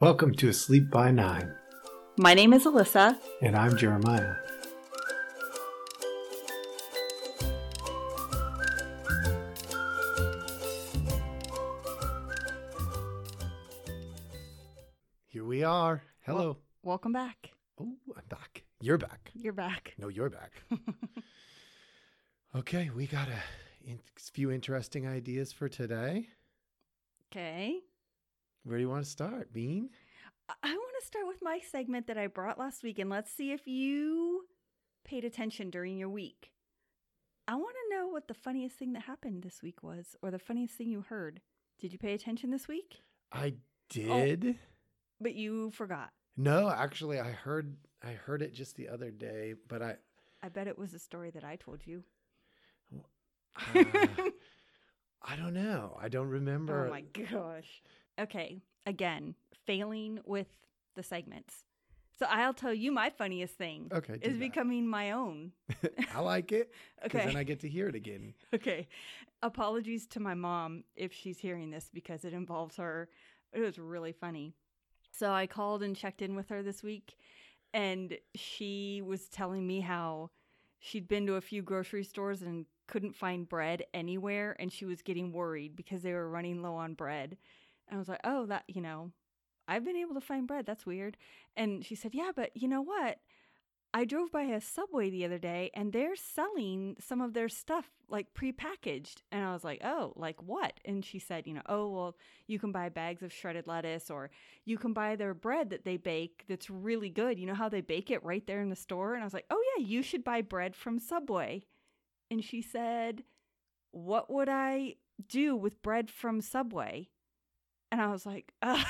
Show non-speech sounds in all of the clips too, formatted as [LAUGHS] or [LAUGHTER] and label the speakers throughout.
Speaker 1: Welcome to Asleep by Nine,
Speaker 2: My name is Alyssa.
Speaker 1: and I'm Jeremiah. Here we are. Hello.
Speaker 2: Welcome back.
Speaker 1: Oh, I'm back. You're back.
Speaker 2: You're back.
Speaker 1: No, you're [LAUGHS] back. okay, we got a in- few interesting ideas for today.
Speaker 2: Okay.
Speaker 1: Where do you want to start, Bean?
Speaker 2: I- I want to start with my segment that I brought last week and let's see if you paid attention during your week. I want to know what the funniest thing that happened this week was or the funniest thing you heard. Did you pay attention this week?
Speaker 1: I did.
Speaker 2: But you forgot.
Speaker 1: No, actually, I heard I heard it just the other day, but
Speaker 2: [LAUGHS]
Speaker 1: I
Speaker 2: I bet it was a story that I told you. Ah, [LAUGHS]
Speaker 1: uh, I don't know. I don't remember.
Speaker 2: Oh my gosh. Okay. Again, failing with the segments. So I'll tell you my funniest thing
Speaker 1: Okay, do
Speaker 2: is
Speaker 1: that.
Speaker 2: becoming my own.
Speaker 1: I like it because
Speaker 2: Okay. Eh.
Speaker 1: then I get to hear it again.
Speaker 2: [LAUGHS] Okay. Apologies to my mom if she's hearing this because it involves her. It was really funny. So I called and checked in with her this week, and she was telling me how she'd been to a few grocery stores and couldn't find bread anywhere, and she was getting worried because they were running low on bread. And I was like, oh, that, you know, I've been able to find bread. That's weird. And she said, yeah, but you know what? I drove by a subway the other day and they're selling some of their stuff like prepackaged. And I was like, oh, like what? And she said, you know, oh, well, you can buy bags of shredded lettuce or you can buy their bread that they bake that's really good. You know how they bake it right there in the store? And I was like, oh, yeah, you should buy bread from Subway. And she said, what would I do with bread from Subway? And I was like, [LAUGHS] uh,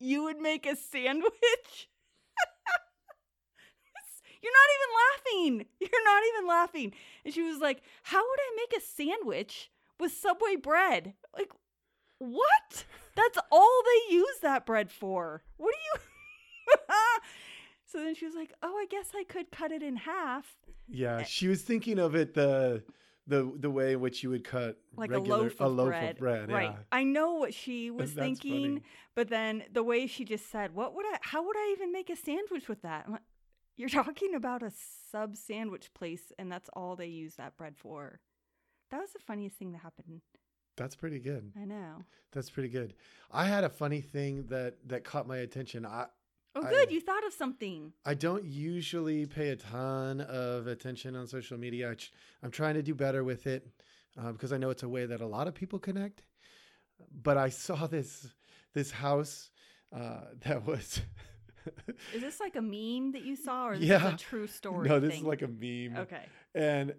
Speaker 2: you would make a sandwich? You're not even laughing. [LAUGHS] You're not even laughing. And she was like, How would I make a sandwich with Subway bread? Like, what? That's all they use that bread for. What do you. [LAUGHS] so then she was like, Oh, I guess I could cut it in half.
Speaker 1: Yeah, she was thinking of it the the the way in which you would cut
Speaker 2: Like
Speaker 1: regular,
Speaker 2: a loaf of bread. right.
Speaker 1: Yeah.
Speaker 2: I know what
Speaker 1: [LAUGHS]
Speaker 2: she was
Speaker 1: That's
Speaker 2: thinking,
Speaker 1: funny.
Speaker 2: but then the way she just said, What would I. How would I even make a sandwich with that? I'm like, You're talking about a sub sandwich place, and that's all they use that bread for. That was the funniest thing that happened.
Speaker 1: That's pretty good.
Speaker 2: I know.
Speaker 1: That's pretty good. I had a funny thing that that caught my attention. I
Speaker 2: Oh,
Speaker 1: I-
Speaker 2: good. you thought of something.
Speaker 1: I don't usually pay a ton of attention on social media. I ch- I'm trying to do better with it uh, because I know it's a way that a lot of people connect. But I saw [LAUGHS] this this house uh, that was [LAUGHS]
Speaker 2: Is this like a meme that you saw, or this is
Speaker 1: Yeah.
Speaker 2: a true
Speaker 1: [LAUGHS]
Speaker 2: story?
Speaker 1: no, this
Speaker 2: thing?
Speaker 1: is like a meme,
Speaker 2: okay.
Speaker 1: and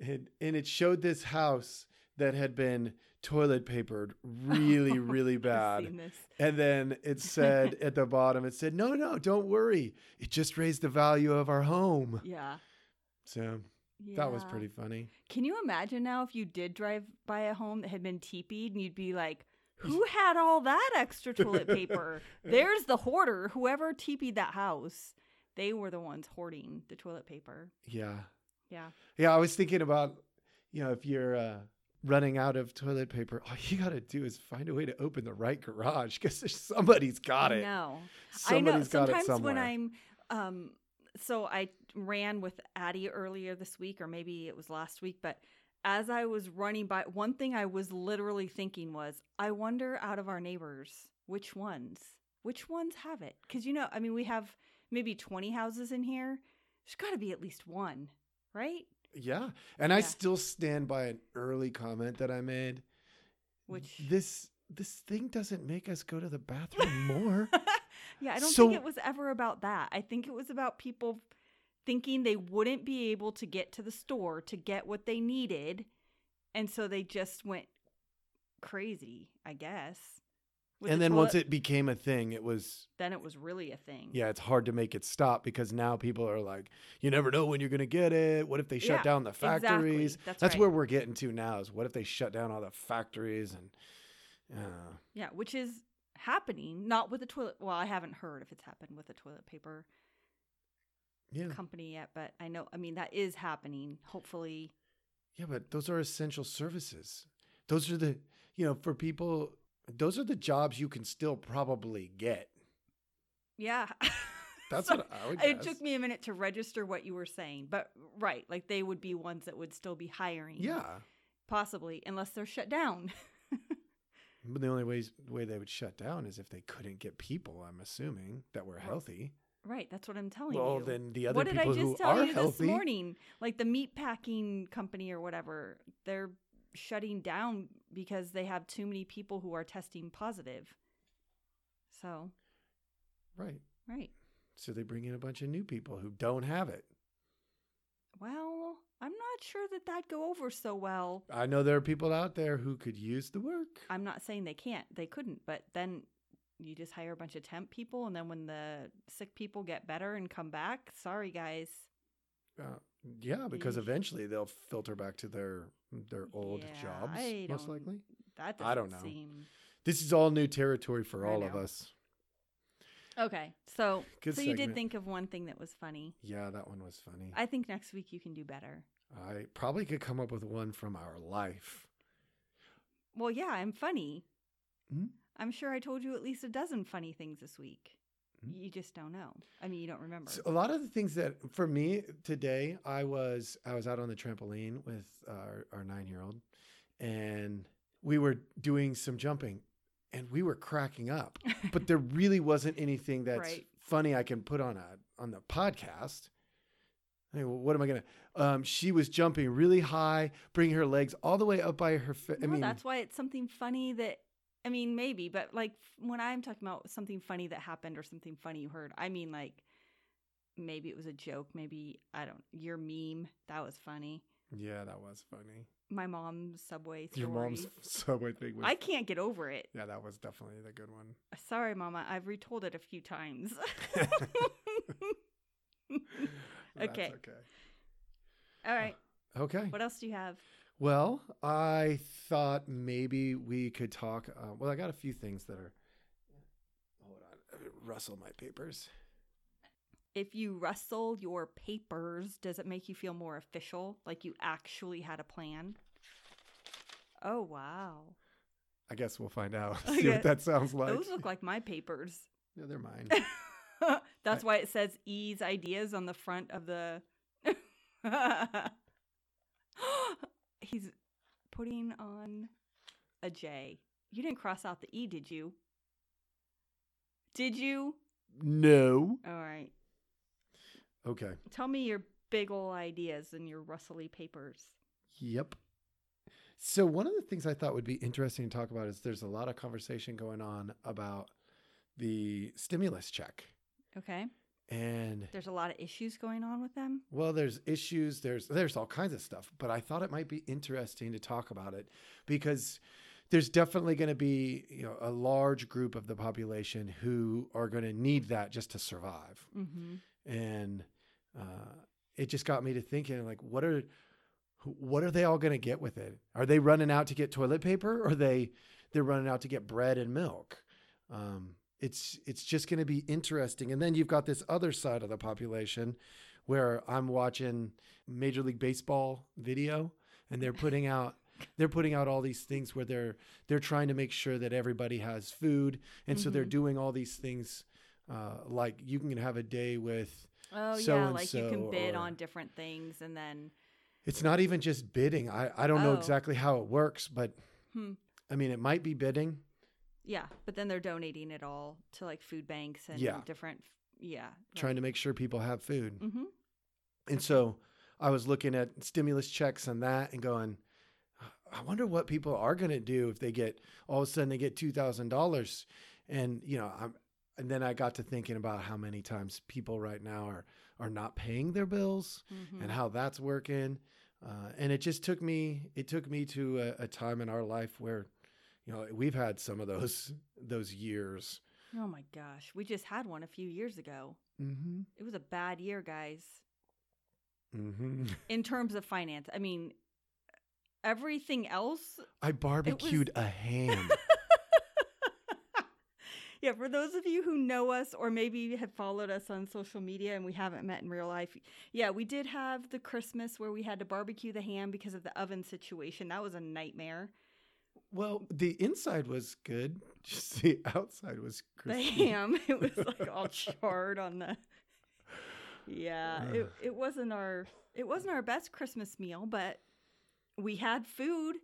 Speaker 1: it, and it showed this house that had been toilet
Speaker 2: [LAUGHS]
Speaker 1: papered really really
Speaker 2: I've
Speaker 1: bad
Speaker 2: seen this.
Speaker 1: And then it
Speaker 2: [LAUGHS]
Speaker 1: said at the bottom, it said, no, no, don't worry. It just raised the value of our home.
Speaker 2: Yeah.
Speaker 1: So that was
Speaker 2: Yeah.
Speaker 1: pretty funny.
Speaker 2: Can you imagine now if you did drive by a home that had been teepeed and you'd be like,
Speaker 1: [LAUGHS]
Speaker 2: "Who had all that extra toilet paper? There's the hoarder. Whoever teepeed that house, they were the ones hoarding the toilet paper."
Speaker 1: Yeah.
Speaker 2: Yeah.
Speaker 1: Yeah. I was thinking about, you know, if you're uh, running out of toilet paper, all you got to do is find a way to open the right garage because somebody's got it.
Speaker 2: No. I know.
Speaker 1: Somebody's got
Speaker 2: Sometimes
Speaker 1: it somewhere.
Speaker 2: when I'm, um, so I ran with Addie earlier this week, or maybe it was last week, but as I was running by, one thing I was literally thinking was, I wonder out of our neighbors, which ones, which ones have it? Because, you know, I mean, we have maybe 20 houses in here. There's got to be at least one, right?
Speaker 1: yeah. And I
Speaker 2: Yeah.
Speaker 1: still stand by an early comment that I made.
Speaker 2: Which,
Speaker 1: This, this thing doesn't make us go to the bathroom more.
Speaker 2: yeah, I don't
Speaker 1: So-
Speaker 2: think it was ever about that. I think it was about people thinking they wouldn't be able to get to the store to get what they needed. And so they just went crazy, I guess. [LAUGHS] with
Speaker 1: and
Speaker 2: the
Speaker 1: then once
Speaker 2: toilet-
Speaker 1: it became a thing, it was
Speaker 2: then it was really a thing.
Speaker 1: yeah, it's hard to make it stop because now people are like, you never know when you're going to get it. What if they shut
Speaker 2: Yeah,
Speaker 1: down the
Speaker 2: exactly.
Speaker 1: factories?
Speaker 2: That's right.
Speaker 1: where we're getting to now is what if they shut down all the factories and uh,
Speaker 2: Yeah, which is happening, not with the toilet. Well, I haven't heard if it's happened with the toilet paper
Speaker 1: yeah,
Speaker 2: company yet, but I know, I mean, that is happening. Hopefully,
Speaker 1: yeah, but those are essential services. Those are the, you know, for people Those are the jobs you can still probably get.
Speaker 2: Yeah. [LAUGHS]
Speaker 1: That's
Speaker 2: So
Speaker 1: what I would guess.
Speaker 2: [LAUGHS] It took me a minute to register what you were saying, but right, like they would be ones that would still be hiring.
Speaker 1: Yeah.
Speaker 2: Possibly, unless they're shut down. [LAUGHS]
Speaker 1: But the only ways, way they would shut down is if they couldn't get people, I'm assuming, that were healthy.
Speaker 2: Right, that's what I'm telling
Speaker 1: Well,
Speaker 2: you.
Speaker 1: then the other
Speaker 2: what did I
Speaker 1: people
Speaker 2: just
Speaker 1: who
Speaker 2: tell
Speaker 1: are
Speaker 2: you
Speaker 1: healthy.
Speaker 2: this morning? Like the meat packing company or whatever, they're shutting down because they have too many people who are testing positive. So,
Speaker 1: Right.
Speaker 2: right.
Speaker 1: So they bring in a bunch of new people who don't have it.
Speaker 2: Well, I'm not sure that that'd go over so well.
Speaker 1: I know there are people out there who could use the work.
Speaker 2: I'm not saying they can't, they couldn't, but then you just hire a bunch of temp people, and then when the sick people get better and come back, sorry guys,
Speaker 1: Uh, yeah, because
Speaker 2: Yeesh.
Speaker 1: eventually they'll filter back to their their old
Speaker 2: Yeah,
Speaker 1: jobs,
Speaker 2: I
Speaker 1: most
Speaker 2: don't-
Speaker 1: likely.
Speaker 2: that doesn't
Speaker 1: I don't know.
Speaker 2: seem
Speaker 1: This is all new territory for
Speaker 2: I
Speaker 1: all of
Speaker 2: know.
Speaker 1: us.
Speaker 2: okay. So,
Speaker 1: Good
Speaker 2: so you did
Speaker 1: segment.
Speaker 2: think of one thing that was funny.
Speaker 1: Yeah, that one was funny. I,
Speaker 2: I think next week you can do better.
Speaker 1: probably could come up with one from our life.
Speaker 2: Well, yeah, I'm funny.
Speaker 1: Hmm?
Speaker 2: I'm sure I told you at least a dozen funny things this week.
Speaker 1: Hmm?
Speaker 2: You just don't know. I mean, you don't remember.
Speaker 1: So a lot of the things that for me today, I was I was out on the trampoline with our, our nine year old, and we were doing some jumping, and we were cracking up. but
Speaker 2: [LAUGHS]
Speaker 1: there really wasn't anything that's
Speaker 2: Right.
Speaker 1: funny I can put on a on the podcast. I mean, what am I gonna? Um, she was jumping really high, bringing her legs all the way up by her. Fa- I
Speaker 2: No,
Speaker 1: mean,
Speaker 2: that's why it's something funny that I mean, maybe, but like f- when I'm talking about something funny that happened or something funny you heard, I mean like maybe it was a joke, maybe I don't your meme that was funny.
Speaker 1: yeah, that was funny.
Speaker 2: My mom's subway story.
Speaker 1: Your mom's [LAUGHS] subway thing was.
Speaker 2: I can't get over it.
Speaker 1: yeah, that was definitely the good
Speaker 2: [LAUGHS]
Speaker 1: one. [LAUGHS]
Speaker 2: Sorry, Mama. I've retold it a few times. [LAUGHS]
Speaker 1: That's
Speaker 2: Okay.
Speaker 1: okay. [LAUGHS]
Speaker 2: All right.
Speaker 1: Okay.
Speaker 2: What else do you have?
Speaker 1: Well, I thought maybe we could talk. Uh, well, I got a few things that are. Hold on, rustle my papers.
Speaker 2: If you rustle your papers, does it make you feel more official? Like you actually had a plan? Oh, wow.
Speaker 1: I guess we'll find out. [LAUGHS]
Speaker 2: Okay.
Speaker 1: See what that sounds like.
Speaker 2: Those look like my papers. [LAUGHS]
Speaker 1: no, they're mine.
Speaker 2: That's why it says E's ideas on the front of the. [LAUGHS] He's putting on a J. You didn't cross out the E, did you? Did you?
Speaker 1: no.
Speaker 2: All right.
Speaker 1: Okay.
Speaker 2: Tell me your big ol' ideas and your rustly papers.
Speaker 1: Yep. So one of the things I thought would be interesting to talk about is there's a lot of conversation going on about the stimulus check
Speaker 2: Okay.
Speaker 1: and
Speaker 2: There's a lot of issues going on with them.
Speaker 1: Well, there's issues, there's there's all kinds of stuff, but I thought it might be interesting to talk about it because there's definitely going to be, you know, a large group of the population who are going to need that just to survive.
Speaker 2: Mm-hmm.
Speaker 1: And uh, it just got me to thinking like what are what are they all going to get with it? Are they running out to get toilet paper or they they're running out to get bread and milk? Um, it's it's just going to be interesting. And then you've got this other side of the population where I'm watching Major League Baseball video and they're putting out they're putting out all these things where they're they're trying to make sure that everybody has food and so they're
Speaker 2: Mhm.
Speaker 1: doing all these things uh, like you can have a day with
Speaker 2: Oh,
Speaker 1: So
Speaker 2: yeah.
Speaker 1: and
Speaker 2: Like you
Speaker 1: so,
Speaker 2: can bid
Speaker 1: or-
Speaker 2: on different things and then.
Speaker 1: It's not even just bidding. I, I don't know
Speaker 2: Oh.
Speaker 1: exactly how it works, but
Speaker 2: Hmm.
Speaker 1: I mean, it might be bidding.
Speaker 2: Yeah, but then they're donating it all to like food banks and
Speaker 1: Yeah.
Speaker 2: different. Yeah,
Speaker 1: trying to make sure people have food.
Speaker 2: hmm
Speaker 1: And so I was looking at stimulus checks and that and going, I wonder what people are going to do if they get all of a sudden they get $2,000. And, you know, I'm, and then I got to thinking about how many times people right now are, are not paying their bills
Speaker 2: mm-hmm.
Speaker 1: and how that's working. Uh, and it just took me it took me to a, a time in our life where you know we've had some of those [LAUGHS] those years.
Speaker 2: Oh my gosh, we just had one a few years ago.
Speaker 1: Mm-hmm.
Speaker 2: It was a bad year, guys,
Speaker 1: Mm-hmm. [LAUGHS]
Speaker 2: in terms of finance. I mean, everything else.
Speaker 1: I barbecued a
Speaker 2: [LAUGHS]
Speaker 1: ham.
Speaker 2: Yeah, for those of you who know us or maybe have followed us on social media and we haven't met in real life, yeah, we did have the Christmas where we had to barbecue the ham because of the oven situation. That was a nightmare.
Speaker 1: Well, the inside was good. [LAUGHS] Just the outside was
Speaker 2: the
Speaker 1: crispy.
Speaker 2: [LAUGHS] ham. It was
Speaker 1: [LAUGHS]
Speaker 2: like all charred on the. Yeah, it it wasn't our it wasn't our best Christmas meal, but we had food,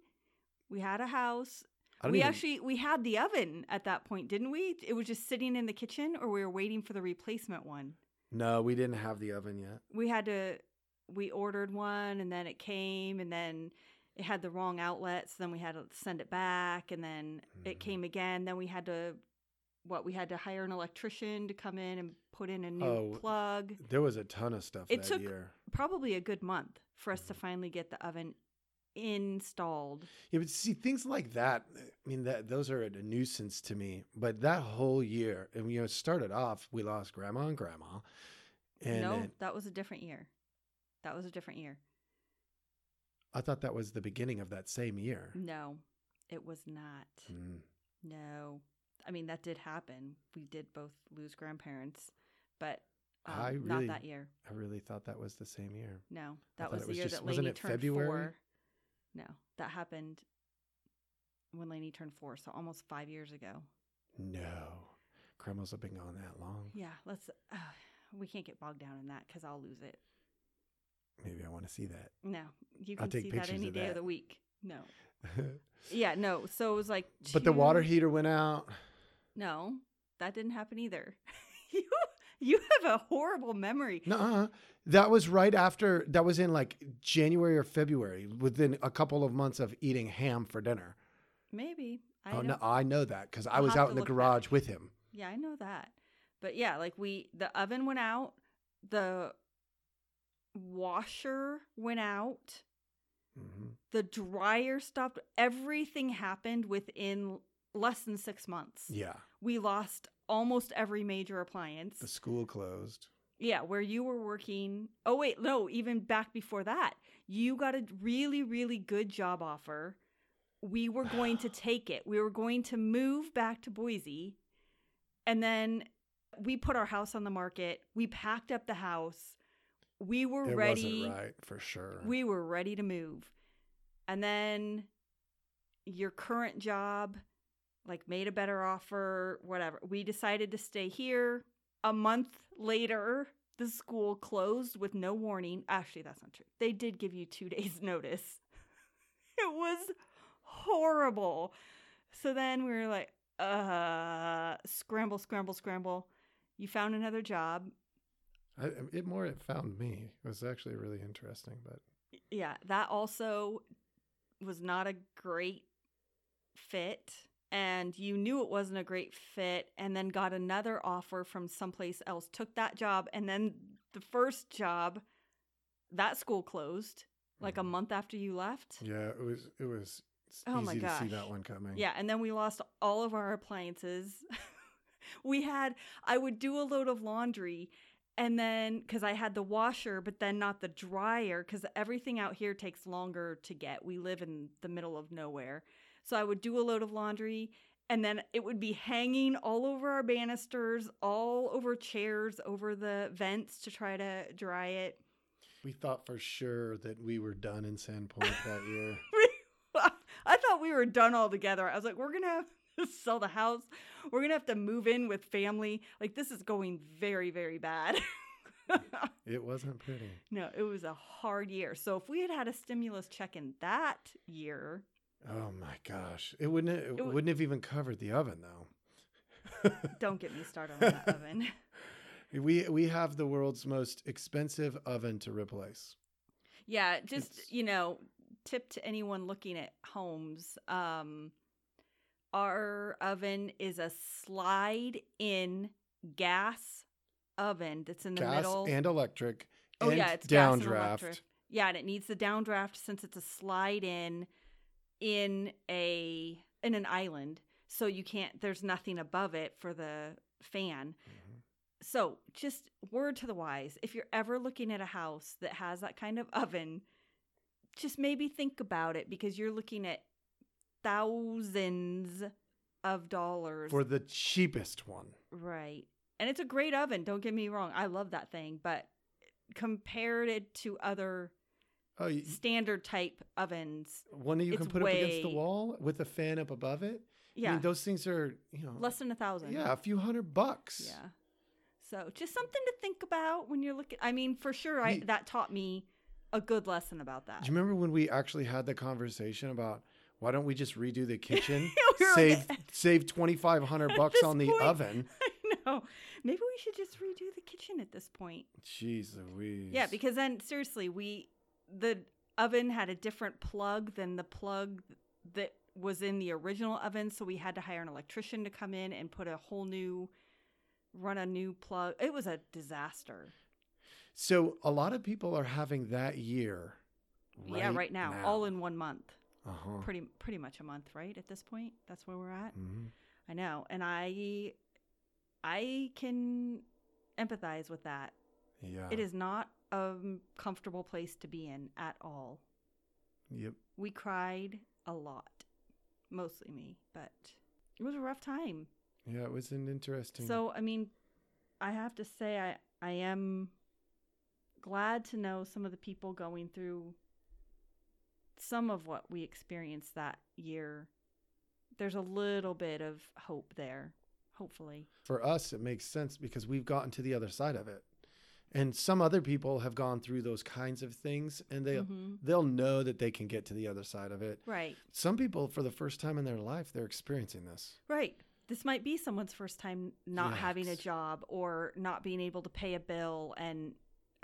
Speaker 2: we had a house.
Speaker 1: I don't
Speaker 2: We
Speaker 1: even-
Speaker 2: actually we had the oven at that point, didn't we? It was just sitting in the kitchen, or we were waiting for the replacement one.
Speaker 1: No, we didn't have the oven yet.
Speaker 2: We had to we ordered one, and then it came, and then it had the wrong outlet, so then we had to send it back, and then it
Speaker 1: Mhm.
Speaker 2: came again. Then we had to what we had to hire an electrician to come in and put in a new
Speaker 1: Oh.
Speaker 2: plug.
Speaker 1: There was a ton of stuff
Speaker 2: It
Speaker 1: that
Speaker 2: took-
Speaker 1: year.
Speaker 2: Probably a good month for us
Speaker 1: Mm-hmm.
Speaker 2: to finally get the oven installed.
Speaker 1: Yeah, but see things like that. eh, I mean, that those are a nuisance to me. But that whole year, and you know, it started off we lost grandma and grandma, and
Speaker 2: no,
Speaker 1: it-
Speaker 2: that was a different year. That was a different year.
Speaker 1: I thought that was the beginning of that same year.
Speaker 2: No, it was not.
Speaker 1: Mm.
Speaker 2: No. I mean, that did happen. We did both lose grandparents, but um,
Speaker 1: I
Speaker 2: not
Speaker 1: really-
Speaker 2: that year.
Speaker 1: I really thought that was the same year.
Speaker 2: No,
Speaker 1: I
Speaker 2: that
Speaker 1: thought
Speaker 2: was
Speaker 1: it
Speaker 2: the
Speaker 1: was
Speaker 2: year
Speaker 1: just-
Speaker 2: that
Speaker 1: wasn't
Speaker 2: Lainey
Speaker 1: it
Speaker 2: turned
Speaker 1: February?
Speaker 2: four. No, that happened when Lainey turned four, so almost five years ago.
Speaker 1: No, grandma's have been gone that long.
Speaker 2: Yeah, let's. Uh, we can't get bogged down in that because I'll lose it.
Speaker 1: Maybe I want to see [LAUGHS]
Speaker 2: No, you
Speaker 1: I'll
Speaker 2: can
Speaker 1: take
Speaker 2: see that
Speaker 1: pictures
Speaker 2: any
Speaker 1: of
Speaker 2: day
Speaker 1: that.
Speaker 2: of the week. No.
Speaker 1: that.
Speaker 2: Yeah, no. So it was like.
Speaker 1: but the water
Speaker 2: two-
Speaker 1: heater went out.
Speaker 2: No, that didn't happen either. [LAUGHS] you you have a horrible memory.
Speaker 1: Nuh-uh. That was right after. That was in like January or February, within a couple of months of eating ham for dinner.
Speaker 2: Maybe I
Speaker 1: I,
Speaker 2: don't.
Speaker 1: know, I know that because I
Speaker 2: I'll
Speaker 1: was
Speaker 2: have
Speaker 1: out
Speaker 2: to
Speaker 1: in the
Speaker 2: look back.
Speaker 1: garage with him.
Speaker 2: Yeah, I know that. But yeah, like we the oven went out, the washer went out,
Speaker 1: Mm-hmm.
Speaker 2: the dryer stopped. Everything happened within less than 6 months.
Speaker 1: Yeah,
Speaker 2: We lost almost every major appliance.
Speaker 1: the school closed.
Speaker 2: Yeah, where you were working. Oh, wait, no, even back before that, you got a really, really good job offer. We were
Speaker 1: [SIGHS]
Speaker 2: going to take it. We were going to move back to Boise. And then we put our house on the market. We packed up the house. We were
Speaker 1: It
Speaker 2: ready.
Speaker 1: wasn't right for sure.
Speaker 2: We were ready to move. And then your current job like made a better offer, whatever. We decided to stay here. A month later, the school closed with no warning. Actually, that's not true. They did give you 2 [LAUGHS] days notice. It was horrible. So then we were like, uh, scramble, scramble, scramble. You found another job.
Speaker 1: I, it more it found me. It was actually really interesting, but
Speaker 2: yeah, that also was not a great fit. And you knew it wasn't a great fit, and then got another offer from someplace else, took that job, and then the first job, that school closed like a
Speaker 1: Mhm.
Speaker 2: month after you left.
Speaker 1: yeah, it was it was s-
Speaker 2: Oh my
Speaker 1: easy to see that
Speaker 2: gosh.
Speaker 1: one coming.
Speaker 2: Yeah, and then we lost all of our appliances. [LAUGHS] we had I would do a load of laundry and then cuz I had the washer but then not the dryer cuz everything out here takes longer to get. We live in the middle of nowhere. So I would do a load of laundry and then it would be hanging all over our banisters, all over chairs, over the vents to try to dry it.
Speaker 1: we thought for sure that we were done in Sandpoint that
Speaker 2: [LAUGHS]
Speaker 1: year.
Speaker 2: I thought we were done altogether. I was like, we're gonna have [LAUGHS] to sell the house. We're gonna have to move in with family. Like this is going very, very bad. [LAUGHS]
Speaker 1: It wasn't pretty.
Speaker 2: no, it was a hard year. So if we had had a stimulus check in that year,
Speaker 1: Oh my gosh, it wouldn't it,
Speaker 2: w-
Speaker 1: wouldn't have even covered the oven though.
Speaker 2: don't get me started on
Speaker 1: [LAUGHS]
Speaker 2: that oven. [LAUGHS]
Speaker 1: we we have the world's most expensive oven to replace.
Speaker 2: Yeah, just
Speaker 1: It's-
Speaker 2: you know, tip to anyone looking at homes. Um, our oven is a slide-in gas oven that's in the
Speaker 1: Gas
Speaker 2: middle.
Speaker 1: and electric.
Speaker 2: Oh
Speaker 1: and
Speaker 2: yeah, it's gas and
Speaker 1: downdraft.
Speaker 2: electric. yeah, and it needs the downdraft since it's a slide in in a in an island. So you can't there's nothing above it for the fan.
Speaker 1: Mhm.
Speaker 2: So just word to the wise, if you're ever looking at a house that has that kind of oven, just maybe think about it because you're looking at thousands of dollars
Speaker 1: for the cheapest one.
Speaker 2: Right. And it's a great oven, don't get me wrong. I love that thing, but compared it to other
Speaker 1: Oh, you,
Speaker 2: standard type ovens.
Speaker 1: one that you can
Speaker 2: it's
Speaker 1: put up against the
Speaker 2: way-
Speaker 1: wall with a fan up above it. I
Speaker 2: Yeah,
Speaker 1: mean, those things are, you know,
Speaker 2: less than a thousand.
Speaker 1: yeah, a few hundred bucks.
Speaker 2: yeah. So just something to think about when you're looking. I mean, for sure, I
Speaker 1: Ye-
Speaker 2: that taught me a good lesson about that.
Speaker 1: Do you remember when we actually had the conversation about why don't we just redo the
Speaker 2: [LAUGHS]
Speaker 1: kitchen,
Speaker 2: [LAUGHS] We were like,
Speaker 1: save save twenty five hundred
Speaker 2: at
Speaker 1: bucks
Speaker 2: this
Speaker 1: on the
Speaker 2: point-
Speaker 1: oven?
Speaker 2: I know. Maybe we should just redo the kitchen at this point.
Speaker 1: Jeez Louise.
Speaker 2: Yeah, because then seriously, we the oven had a different plug than the plug that was in the original oven, so we had to hire an electrician to come in and put a whole new run a new plug. It was a disaster.
Speaker 1: so a lot of people are having that year.
Speaker 2: yeah, right now, all in one month.
Speaker 1: Uh huh.
Speaker 2: Pretty pretty much a month, right? At this point, that's where we're at.
Speaker 1: Mm-hmm.
Speaker 2: I know, and I I can empathize with that.
Speaker 1: Yeah.
Speaker 2: It is not a comfortable place to be in at all.
Speaker 1: Yep.
Speaker 2: We cried a lot, mostly me, but it was a rough time.
Speaker 1: Yeah, it was an interesting.
Speaker 2: So, I mean, I have to say, I, I am glad to know some of the people going through some of what we experienced that year. There's a little bit of hope there, hopefully.
Speaker 1: for us, it makes sense because we've gotten to the other side of it, and some other people have gone through those kinds of things, and they will
Speaker 2: Mhm.
Speaker 1: they'll know that they can get to the other side of it.
Speaker 2: Right,
Speaker 1: Some people, for the first time in their life, they're experiencing this.
Speaker 2: right. This might be someone's first time not having a
Speaker 1: Yikes.
Speaker 2: job or not being able to pay a bill and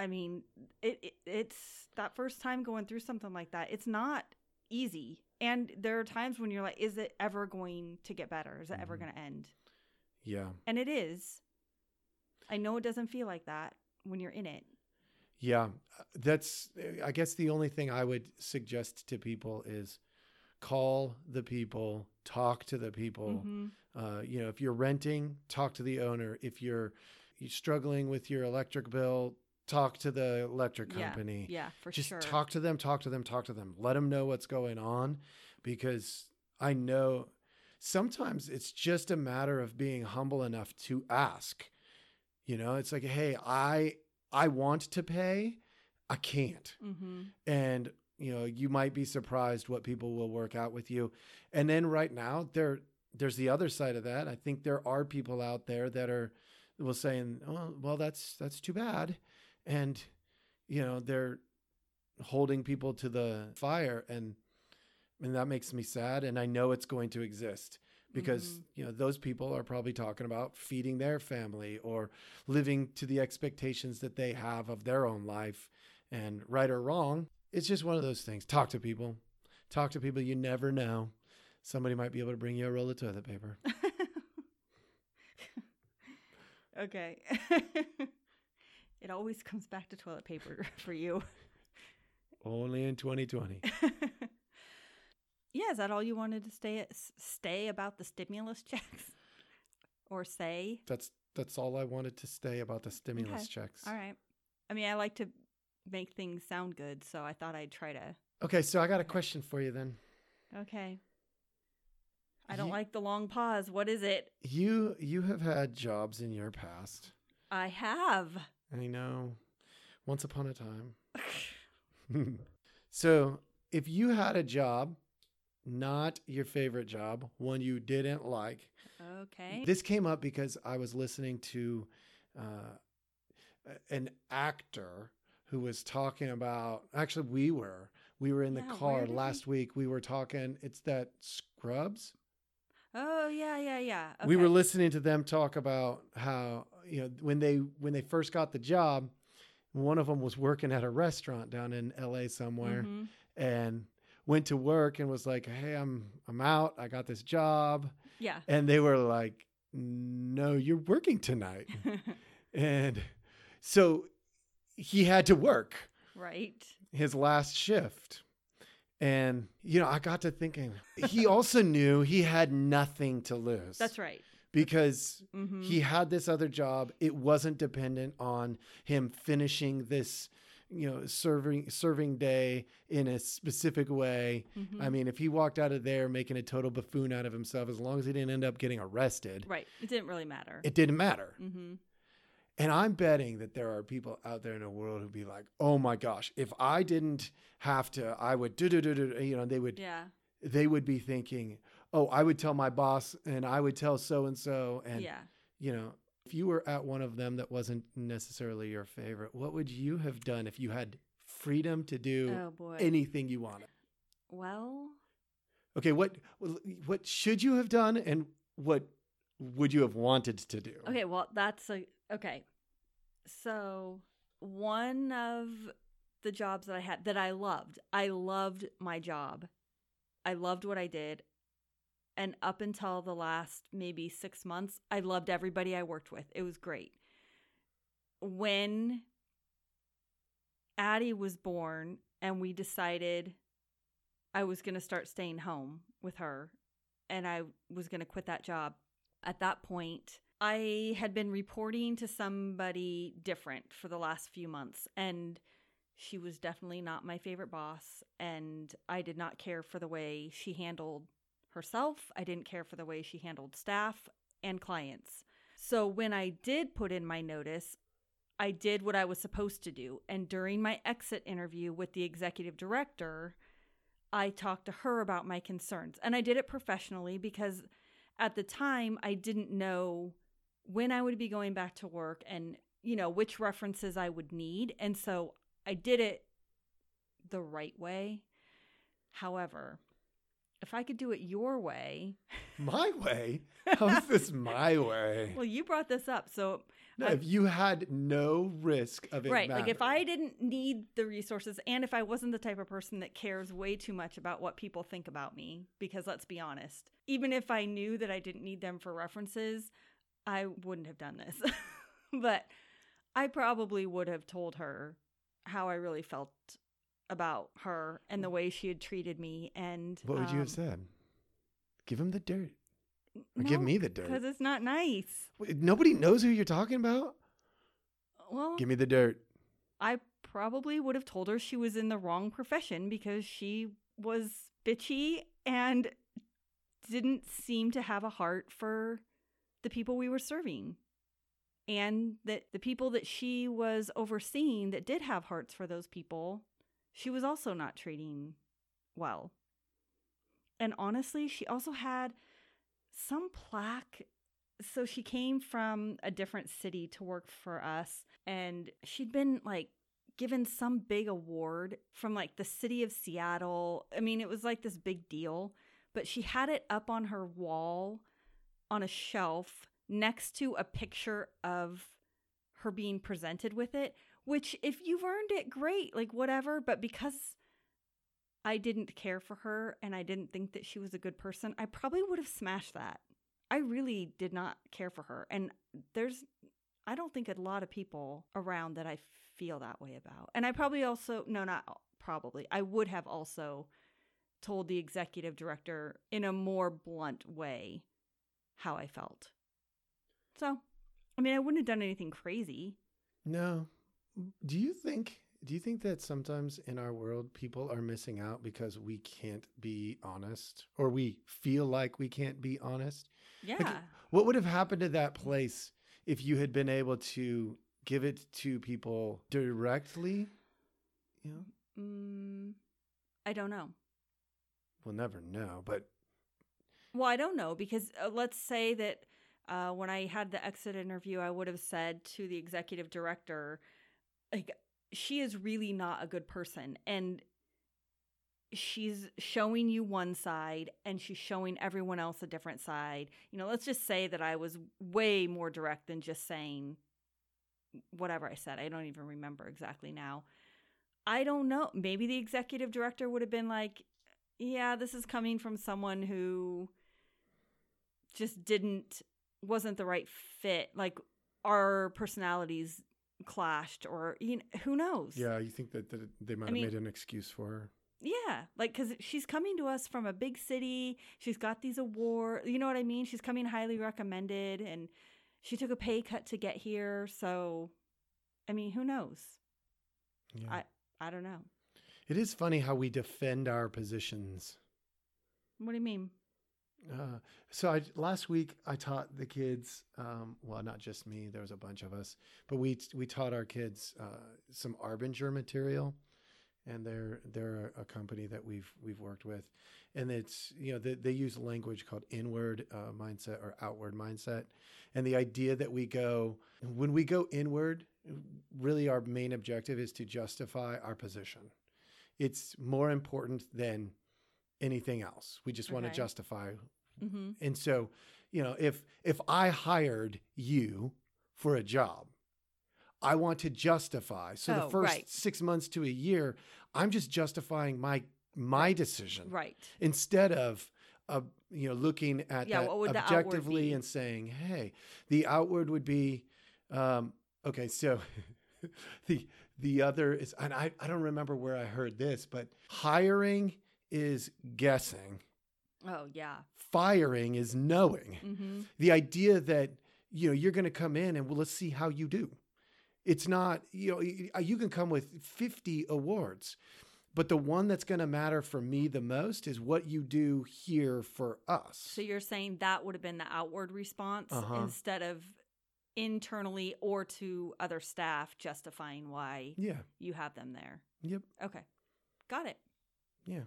Speaker 2: I mean, it, it it's that first time going through something like that. It's not easy. And there are times when you're like, is it ever going to get better? Is it ever
Speaker 1: Mhm.
Speaker 2: going to end?
Speaker 1: Yeah.
Speaker 2: And it is. I know it doesn't feel like that when you're in it.
Speaker 1: Yeah. Uh, That's, uh, I guess, the only thing I would suggest to people is call the people, talk to the people.
Speaker 2: Mhm.
Speaker 1: Uh, you know, if you're renting, talk to the owner. If you're, you're struggling with your electric bill, talk to the electric
Speaker 2: Yeah.
Speaker 1: company.
Speaker 2: Yeah, for
Speaker 1: Just
Speaker 2: sure.
Speaker 1: talk to them, talk to them, talk to them. Let them know what's going on because I know sometimes it's just a matter of being humble enough to ask. You know, it's like, "Hey, I I want to pay. I can't."
Speaker 2: hmm
Speaker 1: And, you know, you might be surprised what people will work out with you. And then right now, there there's the other side of that. I think there are people out there that are will saying, "Oh, well, that's that's too bad," and you know they're holding people to the fire, and and that makes me sad. And I know it's going to exist because
Speaker 2: Mhm.
Speaker 1: you know those people are probably talking about feeding their family or living to the expectations that they have of their own life. And right or wrong, it's just one of those things. Talk to people. Talk to people. You never know. Somebody might be able to bring you a roll of toilet
Speaker 2: [LAUGHS]
Speaker 1: paper.
Speaker 2: [LAUGHS] okay. it always comes back to toilet paper [LAUGHS] for you.
Speaker 1: Only in 2020.
Speaker 2: yeah, is that all you wanted to stay s- stay about the stimulus [LAUGHS] checks or say?
Speaker 1: That's that's all I wanted to say about the stimulus
Speaker 2: Okay.
Speaker 1: checks.
Speaker 2: All right. I mean, I like to make things sound good, so I thought I'd try to.
Speaker 1: Okay, so I got a question for you then.
Speaker 2: Okay. I don't
Speaker 1: Ye-
Speaker 2: like the long pause. What is it?
Speaker 1: You you have had jobs in your past.
Speaker 2: I have.
Speaker 1: [LAUGHS] I know. Once upon a time. so, if you had a job, not your favorite job, one you didn't like,
Speaker 2: Okay.
Speaker 1: This came up because I was listening to uh, a- an actor who was talking about. Actually, we were we were in the
Speaker 2: Yeah, where
Speaker 1: car
Speaker 2: did we-
Speaker 1: last week. We were talking. It's that Scrubs.
Speaker 2: oh yeah, yeah, yeah.
Speaker 1: We were
Speaker 2: Okay.
Speaker 1: listening to them talk about how you know when they when they first got the job. One of them was working at a restaurant down in L.A. somewhere,
Speaker 2: Mhm.
Speaker 1: and went to work and was like, "Hey, I'm I'm out. I got this job."
Speaker 2: Yeah. [LAUGHS]
Speaker 1: And they were like, No, you're working tonight. [LAUGHS] and so he had to work
Speaker 2: right.
Speaker 1: his last shift. And, you know, I got to thinking, he also [LAUGHS] knew he had nothing to lose.
Speaker 2: That's right.
Speaker 1: Because
Speaker 2: Mm-hmm.
Speaker 1: he had this other job. It wasn't dependent on him finishing this, you know, serving serving day in a specific way.
Speaker 2: Mm-hmm.
Speaker 1: I mean, if he walked out of there making a total buffoon out of himself, as long as he didn't end up getting arrested,
Speaker 2: right. It didn't really matter.
Speaker 1: it didn't matter.
Speaker 2: mm-hmm.
Speaker 1: And I'm betting that there are people out there in the world who'd be like, "Oh my gosh, if I didn't have to, I would do do do do." You know, they would
Speaker 2: Yeah.
Speaker 1: they would be thinking, "Oh, I would tell my boss, and I would tell so and so." And
Speaker 2: yeah.
Speaker 1: you know, if you were at one of them that wasn't necessarily your favorite, what would you have done if you had freedom to do
Speaker 2: Oh boy.
Speaker 1: anything you wanted?
Speaker 2: well,
Speaker 1: Okay, what what should you have done, and what would you have wanted to do?
Speaker 2: okay, well, that's a okay. So, one of the jobs that I had that I loved. I loved my job. I loved what I did. And up until the last maybe 6 months, I loved everybody I worked with. It was great. When Addie was born and we decided I was going to start staying home with her and I was going to quit that job. At that point, I had been reporting to somebody different for the last few months and she was definitely not my favorite boss and I did not care for the way she handled herself. I didn't care for the way she handled staff and clients. So when I did put in my notice, I did what I was supposed to do. And during my exit interview with the executive director, I talked to her about my concerns. And I did it professionally because at the time I didn't know when I would be going back to work and, you know, which references I would need. And so I did it the right way. However, if I could do it your way,
Speaker 1: My
Speaker 2: [LAUGHS]
Speaker 1: way? How is this my way?
Speaker 2: well, you brought this up. So
Speaker 1: No,
Speaker 2: I-
Speaker 1: if you had no risk of it,
Speaker 2: right like if i
Speaker 1: mattering.
Speaker 2: didn't need the resources and if i wasn't the type of person that cares way too much about what people think about me because let's be honest even if i knew that i didn't need them for references i wouldn't have done this [LAUGHS] but i probably would have told her how i really felt about her and the way she had treated me and
Speaker 1: what would you have
Speaker 2: um,
Speaker 1: said? Give him the dirt. Or give
Speaker 2: no,
Speaker 1: me the
Speaker 2: because
Speaker 1: dirt.
Speaker 2: it's not nice
Speaker 1: Wait, Nobody knows who you're talking about.
Speaker 2: well
Speaker 1: Give me the dirt.
Speaker 2: I probably would have told her she was in the wrong profession because she was bitchy and didn't seem to have a heart for the people we were serving. And that the people that she was overseeing that did have hearts for those people, she was also not treating well. And honestly, she also had some plaque so she came from a different city to work for us and she'd been like given some big award from like the city of Seattle. I mean, it was like this big deal, but she had it up on her wall on a shelf next to a picture of her being presented with it, which if you've earned it great, like whatever, but because I didn't care for her and I didn't think that she was a good person, I probably would have smashed that. I really did not care for her. And there's, I don't think a lot of people around that I feel that way about. And I probably also, no, not al- probably, I would have also told the executive director in a more blunt way how I felt. So, I mean, I wouldn't have done anything crazy.
Speaker 1: No. Do you think do you think that sometimes in our world people are missing out because we can't be honest or we feel like we can't be honest?
Speaker 2: Yeah.
Speaker 1: What would have happened to that place if you had been able to give it to people directly? You know,
Speaker 2: mm, I don't know.
Speaker 1: we'll never know, but
Speaker 2: Well, I don't know because uh, let's say that uh, when I had the exit interview, I would have said to the executive director, like, she is really not a good person. And she's showing you one side and she's showing everyone else a different side. You know, let's just say that I was way more direct than just saying whatever I said. I don't even remember exactly now. I don't know. Maybe the executive director would have been like, yeah, this is coming from someone who just didn't wasn't the right fit. Like our personalities clashed or you know, who knows.
Speaker 1: yeah, you think that, that they might have
Speaker 2: mean-
Speaker 1: made an excuse for her.
Speaker 2: Yeah, like because she's coming to us from a big city. She's got these award. You know what I mean? She's coming highly recommended, and she took a pay cut to get here. So, I mean, who knows?
Speaker 1: Yeah.
Speaker 2: I don't know.
Speaker 1: it is funny how we defend our positions.
Speaker 2: What do you mean?
Speaker 1: Uh, so I last week I taught the kids. Um, well, not just me. There was a bunch of us, but we we taught our kids uh, some Arbinger material, and they're they're a company that we've we've worked with, and it's you know they, they use language called inward uh, mindset or outward mindset, and the idea that we go when we go inward, really our main objective is to justify our position. It's more important than anything else. We just want to
Speaker 2: Okay.
Speaker 1: justify
Speaker 2: Mm-hmm.
Speaker 1: and so, you know, if if I hired you for a job, I want to justify. So the
Speaker 2: Oh,
Speaker 1: first
Speaker 2: right.
Speaker 1: 6 months to a year, I'm just justifying my my decision
Speaker 2: Right.
Speaker 1: instead of uh, you know looking at
Speaker 2: Yeah,
Speaker 1: that
Speaker 2: what would the outward
Speaker 1: objectively
Speaker 2: be?
Speaker 1: and saying, "Hey, the outward would be um, okay." So [LAUGHS] the the other is, and I I don't remember where I heard this, but hiring is guessing,
Speaker 2: Oh yeah.
Speaker 1: firing is knowing
Speaker 2: Mm-hmm.
Speaker 1: the idea that you know you're going to come in and well, let's see how you do it's not you know y- y- you can come with 50 awards but the one that's going to matter for me the most is what you do here for us
Speaker 2: So you're saying that would have been the outward response
Speaker 1: Uh-huh.
Speaker 2: instead of internally or to other staff justifying why
Speaker 1: yeah
Speaker 2: you have them there.
Speaker 1: Yep.
Speaker 2: Okay. Got it.
Speaker 1: yeah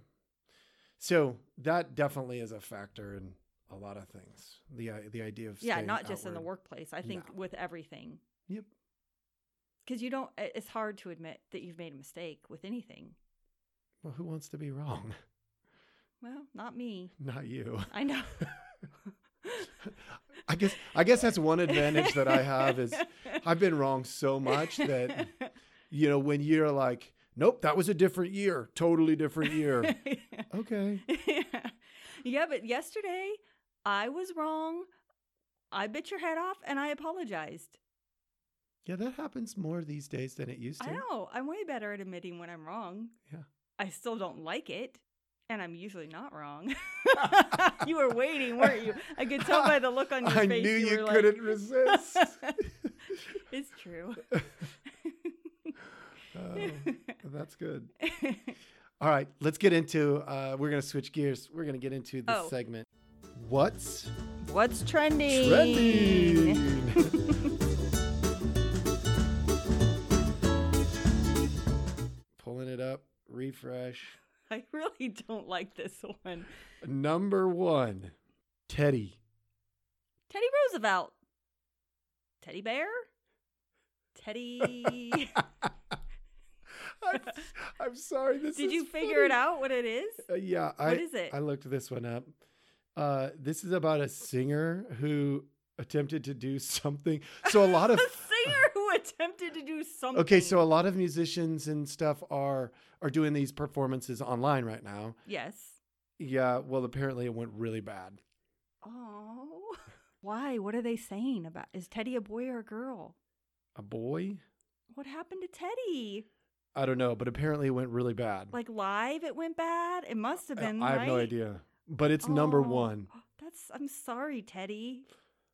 Speaker 1: so that definitely is a factor in a lot of things the i- the idea of
Speaker 2: yeah,
Speaker 1: staying
Speaker 2: not just in the
Speaker 1: outward.
Speaker 2: workplace. I think
Speaker 1: No.
Speaker 2: with everything.
Speaker 1: Yep.
Speaker 2: Because you don't, i- it's hard to admit that you've made a mistake with anything.
Speaker 1: well who wants to be wrong [LAUGHS]
Speaker 2: Well, not me.
Speaker 1: not you [LAUGHS]
Speaker 2: I know.
Speaker 1: i guess i guess that's one advantage that i have
Speaker 2: [LAUGHS]
Speaker 1: is i've been wrong so much that you know, when you're like, nope, that was a different year, totally different
Speaker 2: [LAUGHS]
Speaker 1: year. okay.
Speaker 2: yeah, but yesterday I was wrong. I bit your head off and I apologized.
Speaker 1: Yeah, that happens more these days than it used to.
Speaker 2: I know. I'm way better at admitting when I'm wrong.
Speaker 1: Yeah.
Speaker 2: I still don't like it. And I'm usually not wrong. [LAUGHS] you were waiting, weren't you? I could tell by the look on
Speaker 1: [LAUGHS]
Speaker 2: your
Speaker 1: I
Speaker 2: face.
Speaker 1: knew you,
Speaker 2: were like,
Speaker 1: couldn't
Speaker 2: [LAUGHS]
Speaker 1: resist.
Speaker 2: it's
Speaker 1: [LAUGHS]
Speaker 2: true. [LAUGHS]
Speaker 1: Oh, that's good. All right, let's get into. Uh, we're gonna switch gears. We're gonna get into this
Speaker 2: Oh.
Speaker 1: segment. What's
Speaker 2: What's trending?
Speaker 1: trending? Pulling it up, refresh.
Speaker 2: [LAUGHS] I really don't like this one.
Speaker 1: Number one, Teddy.
Speaker 2: Teddy Roosevelt.
Speaker 1: [LAUGHS]
Speaker 2: Teddy Bear? Teddy.
Speaker 1: I'm, I'm sorry. This
Speaker 2: Did
Speaker 1: is
Speaker 2: you figure it
Speaker 1: funny.
Speaker 2: out what it is?
Speaker 1: Uh, yeah, I
Speaker 2: What is it?
Speaker 1: I looked this one up. Uh, this is about a singer who attempted to do something. So a lot
Speaker 2: [LAUGHS] a
Speaker 1: of
Speaker 2: singer who attempted to do something.
Speaker 1: okay, so a lot of musicians and stuff are are doing these performances online right now.
Speaker 2: Yes.
Speaker 1: Yeah, well, apparently it went really bad.
Speaker 2: Oh. Why? What are they saying about is Teddy a boy or a girl?
Speaker 1: A boy,
Speaker 2: What happened to Teddy?
Speaker 1: I don't know, but apparently it went really bad.
Speaker 2: Like live it went bad? It must have
Speaker 1: I-
Speaker 2: been.
Speaker 1: I have no
Speaker 2: right?
Speaker 1: idea, but it's number
Speaker 2: Oh,
Speaker 1: one. [LAUGHS]
Speaker 2: That's I'm sorry, Teddy.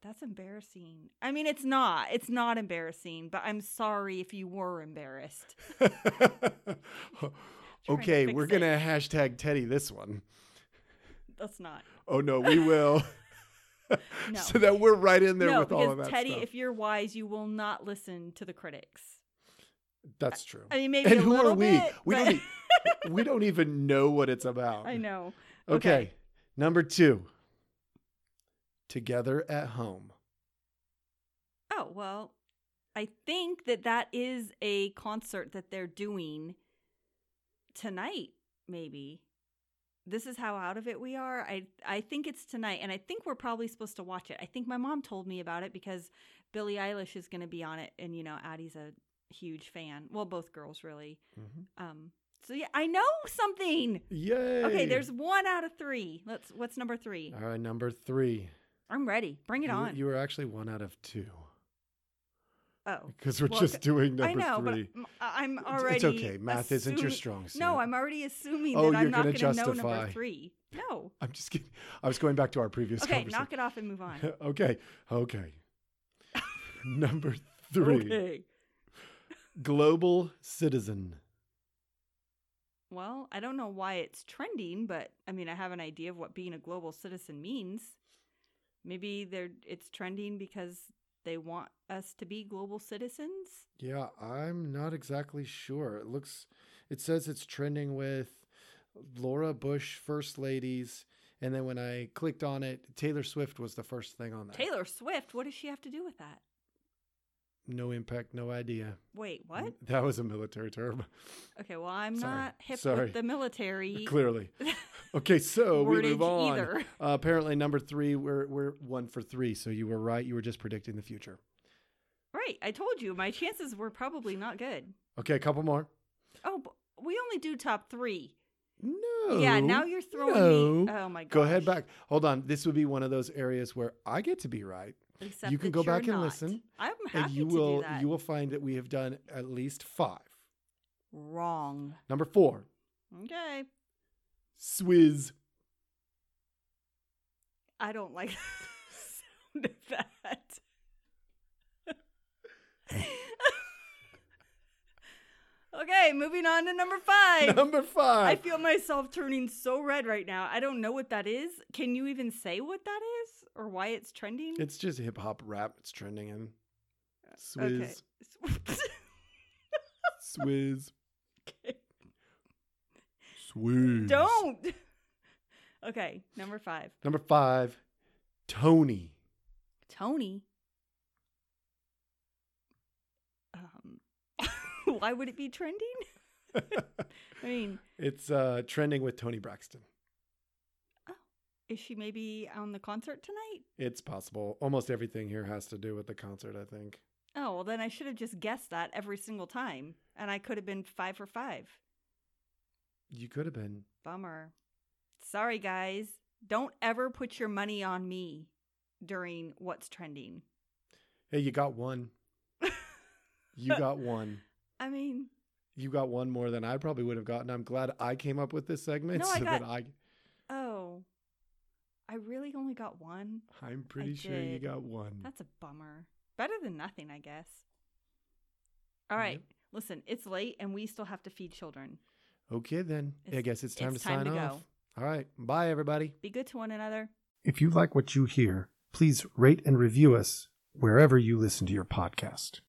Speaker 2: That's embarrassing. I mean, it's not. It's not embarrassing, but I'm sorry if you were embarrassed. [LAUGHS] to
Speaker 1: okay,
Speaker 2: fix
Speaker 1: we're
Speaker 2: it.
Speaker 1: gonna hashtag Teddy this one.
Speaker 2: That's not.
Speaker 1: Oh no, we will.
Speaker 2: [LAUGHS] No.
Speaker 1: [LAUGHS] so that we're right in there
Speaker 2: no,
Speaker 1: with
Speaker 2: because
Speaker 1: all of that
Speaker 2: Teddy,
Speaker 1: stuff.
Speaker 2: if you're wise, you will not listen to the critics.
Speaker 1: That's true.
Speaker 2: I mean, maybe
Speaker 1: and
Speaker 2: a
Speaker 1: who
Speaker 2: little
Speaker 1: are we?
Speaker 2: bit,
Speaker 1: we
Speaker 2: but-
Speaker 1: don't. e- we don't even know what it's about.
Speaker 2: [LAUGHS] I know.
Speaker 1: Okay.
Speaker 2: Okay.
Speaker 1: number two. Together at home.
Speaker 2: Oh, well, I think that that is a concert that they're doing tonight, maybe. This is how out of it we are. I I think it's tonight and I think we're probably supposed to watch it. I think my mom told me about it because Billie Eilish is going to be on it and you know Addie's a huge fan. Well, both girls really. Um so yeah, I know something.
Speaker 1: Yay!
Speaker 2: Okay, there's one out of 3. Let's what's number 3?
Speaker 1: all right. Number three.
Speaker 2: I'm ready. Bring it
Speaker 1: Uh, you,
Speaker 2: on.
Speaker 1: You were actually one out of two
Speaker 2: oh.
Speaker 1: because we're
Speaker 2: Well,
Speaker 1: just doing
Speaker 2: I
Speaker 1: number
Speaker 2: know,
Speaker 1: three.
Speaker 2: but I'm- I'm
Speaker 1: It's-
Speaker 2: already.
Speaker 1: it's okay. Math isn't your
Speaker 2: assuming-
Speaker 1: strong suit.
Speaker 2: No, I'm already assuming
Speaker 1: Oh,
Speaker 2: that
Speaker 1: you're
Speaker 2: I'm not
Speaker 1: gonna
Speaker 2: going to know
Speaker 1: justify.
Speaker 2: number three. No.
Speaker 1: I'm just kidding. I was going back to our previous [LAUGHS]
Speaker 2: Okay,
Speaker 1: conversation.
Speaker 2: knock it off and move on.
Speaker 1: okay.
Speaker 2: [LAUGHS]
Speaker 1: Okay. Number [LAUGHS] three.
Speaker 2: Okay.
Speaker 1: Global citizen.
Speaker 2: well, I don't know why it's trending, but I mean, I have an idea of what being a global citizen means. Maybe they're it's trending because they want us to be global citizens.
Speaker 1: Yeah, I'm not exactly sure. It looks, it says it's trending with Laura Bush, First Ladies. And then when I clicked on it, Taylor Swift was the first thing on there.
Speaker 2: Taylor Swift, what does she have to do with that?
Speaker 1: No impact, no idea.
Speaker 2: Wait, what?
Speaker 1: [LAUGHS] That was a military term, [LAUGHS]
Speaker 2: Okay, well, I'm
Speaker 1: Mm. Sorry.
Speaker 2: not hip
Speaker 1: Sorry.
Speaker 2: with the military. [LAUGHS]
Speaker 1: clearly. Okay, so we
Speaker 2: wordage
Speaker 1: move on.
Speaker 2: either.
Speaker 1: Uh, apparently, number three, we're, we're one for three. So you were right. You were just predicting the future.
Speaker 2: Right, I told you my chances were probably not good.
Speaker 1: Okay, a couple more.
Speaker 2: Oh, but we only do top three.
Speaker 1: No.
Speaker 2: yeah, now you're throwing me.
Speaker 1: Oh, no.
Speaker 2: Oh my god.
Speaker 1: Go ahead back. Hold on. This would be one of those areas where I get to be right.
Speaker 2: Except
Speaker 1: You can
Speaker 2: that
Speaker 1: go
Speaker 2: you're
Speaker 1: back and
Speaker 2: not.
Speaker 1: listen,
Speaker 2: I'm happy
Speaker 1: and you
Speaker 2: to
Speaker 1: will
Speaker 2: do that.
Speaker 1: you will find that we have done at least five.
Speaker 2: Wrong.
Speaker 1: Number four,
Speaker 2: Okay.
Speaker 1: Swizz.
Speaker 2: I don't like [LAUGHS] the sound of that. [LAUGHS] okay, moving on to number
Speaker 1: [LAUGHS]
Speaker 2: five.
Speaker 1: Number
Speaker 2: I
Speaker 1: five.
Speaker 2: feel myself turning so red right now. I don't know what that is. Can you even say what that is or why it's trending?
Speaker 1: it's just hip hop rap. It's trending in. Swizz.
Speaker 2: [LAUGHS]
Speaker 1: Swizz.
Speaker 2: Okay.
Speaker 1: Swizz.
Speaker 2: don't. [LAUGHS] Okay, number five.
Speaker 1: Number five, Tony. [LAUGHS]
Speaker 2: Tony. Um, [LAUGHS] why would it be trending? I mean,
Speaker 1: it's uh, trending with Tony Braxton.
Speaker 2: is she maybe on the concert tonight?
Speaker 1: It's possible. Almost everything here has to do with the concert, I think.
Speaker 2: Oh, well, then I should have just guessed that every single time, and I could have been five for five.
Speaker 1: You could have been.
Speaker 2: Bummer. Sorry, guys. Don't ever put your money on me during what's trending.
Speaker 1: Hey, you got one. you
Speaker 2: [LAUGHS]
Speaker 1: got one.
Speaker 2: I mean,
Speaker 1: You got one more than I probably would have gotten. I'm glad I came up with this segment
Speaker 2: No,
Speaker 1: so
Speaker 2: I
Speaker 1: that
Speaker 2: got-
Speaker 1: I.
Speaker 2: oh, I really only got one.
Speaker 1: I'm pretty sure you
Speaker 2: did.
Speaker 1: got one.
Speaker 2: That's a bummer. Better than nothing, I guess. All right. Listen, it's late and we still have to feed children.
Speaker 1: Okay, then. I
Speaker 2: It's-
Speaker 1: guess it's time
Speaker 2: it's
Speaker 1: to
Speaker 2: time
Speaker 1: sign
Speaker 2: to
Speaker 1: off.
Speaker 2: go.
Speaker 1: All right. Bye, everybody.
Speaker 2: Be good to one another.
Speaker 1: If you like what you hear, please rate and review us wherever you listen to your podcast.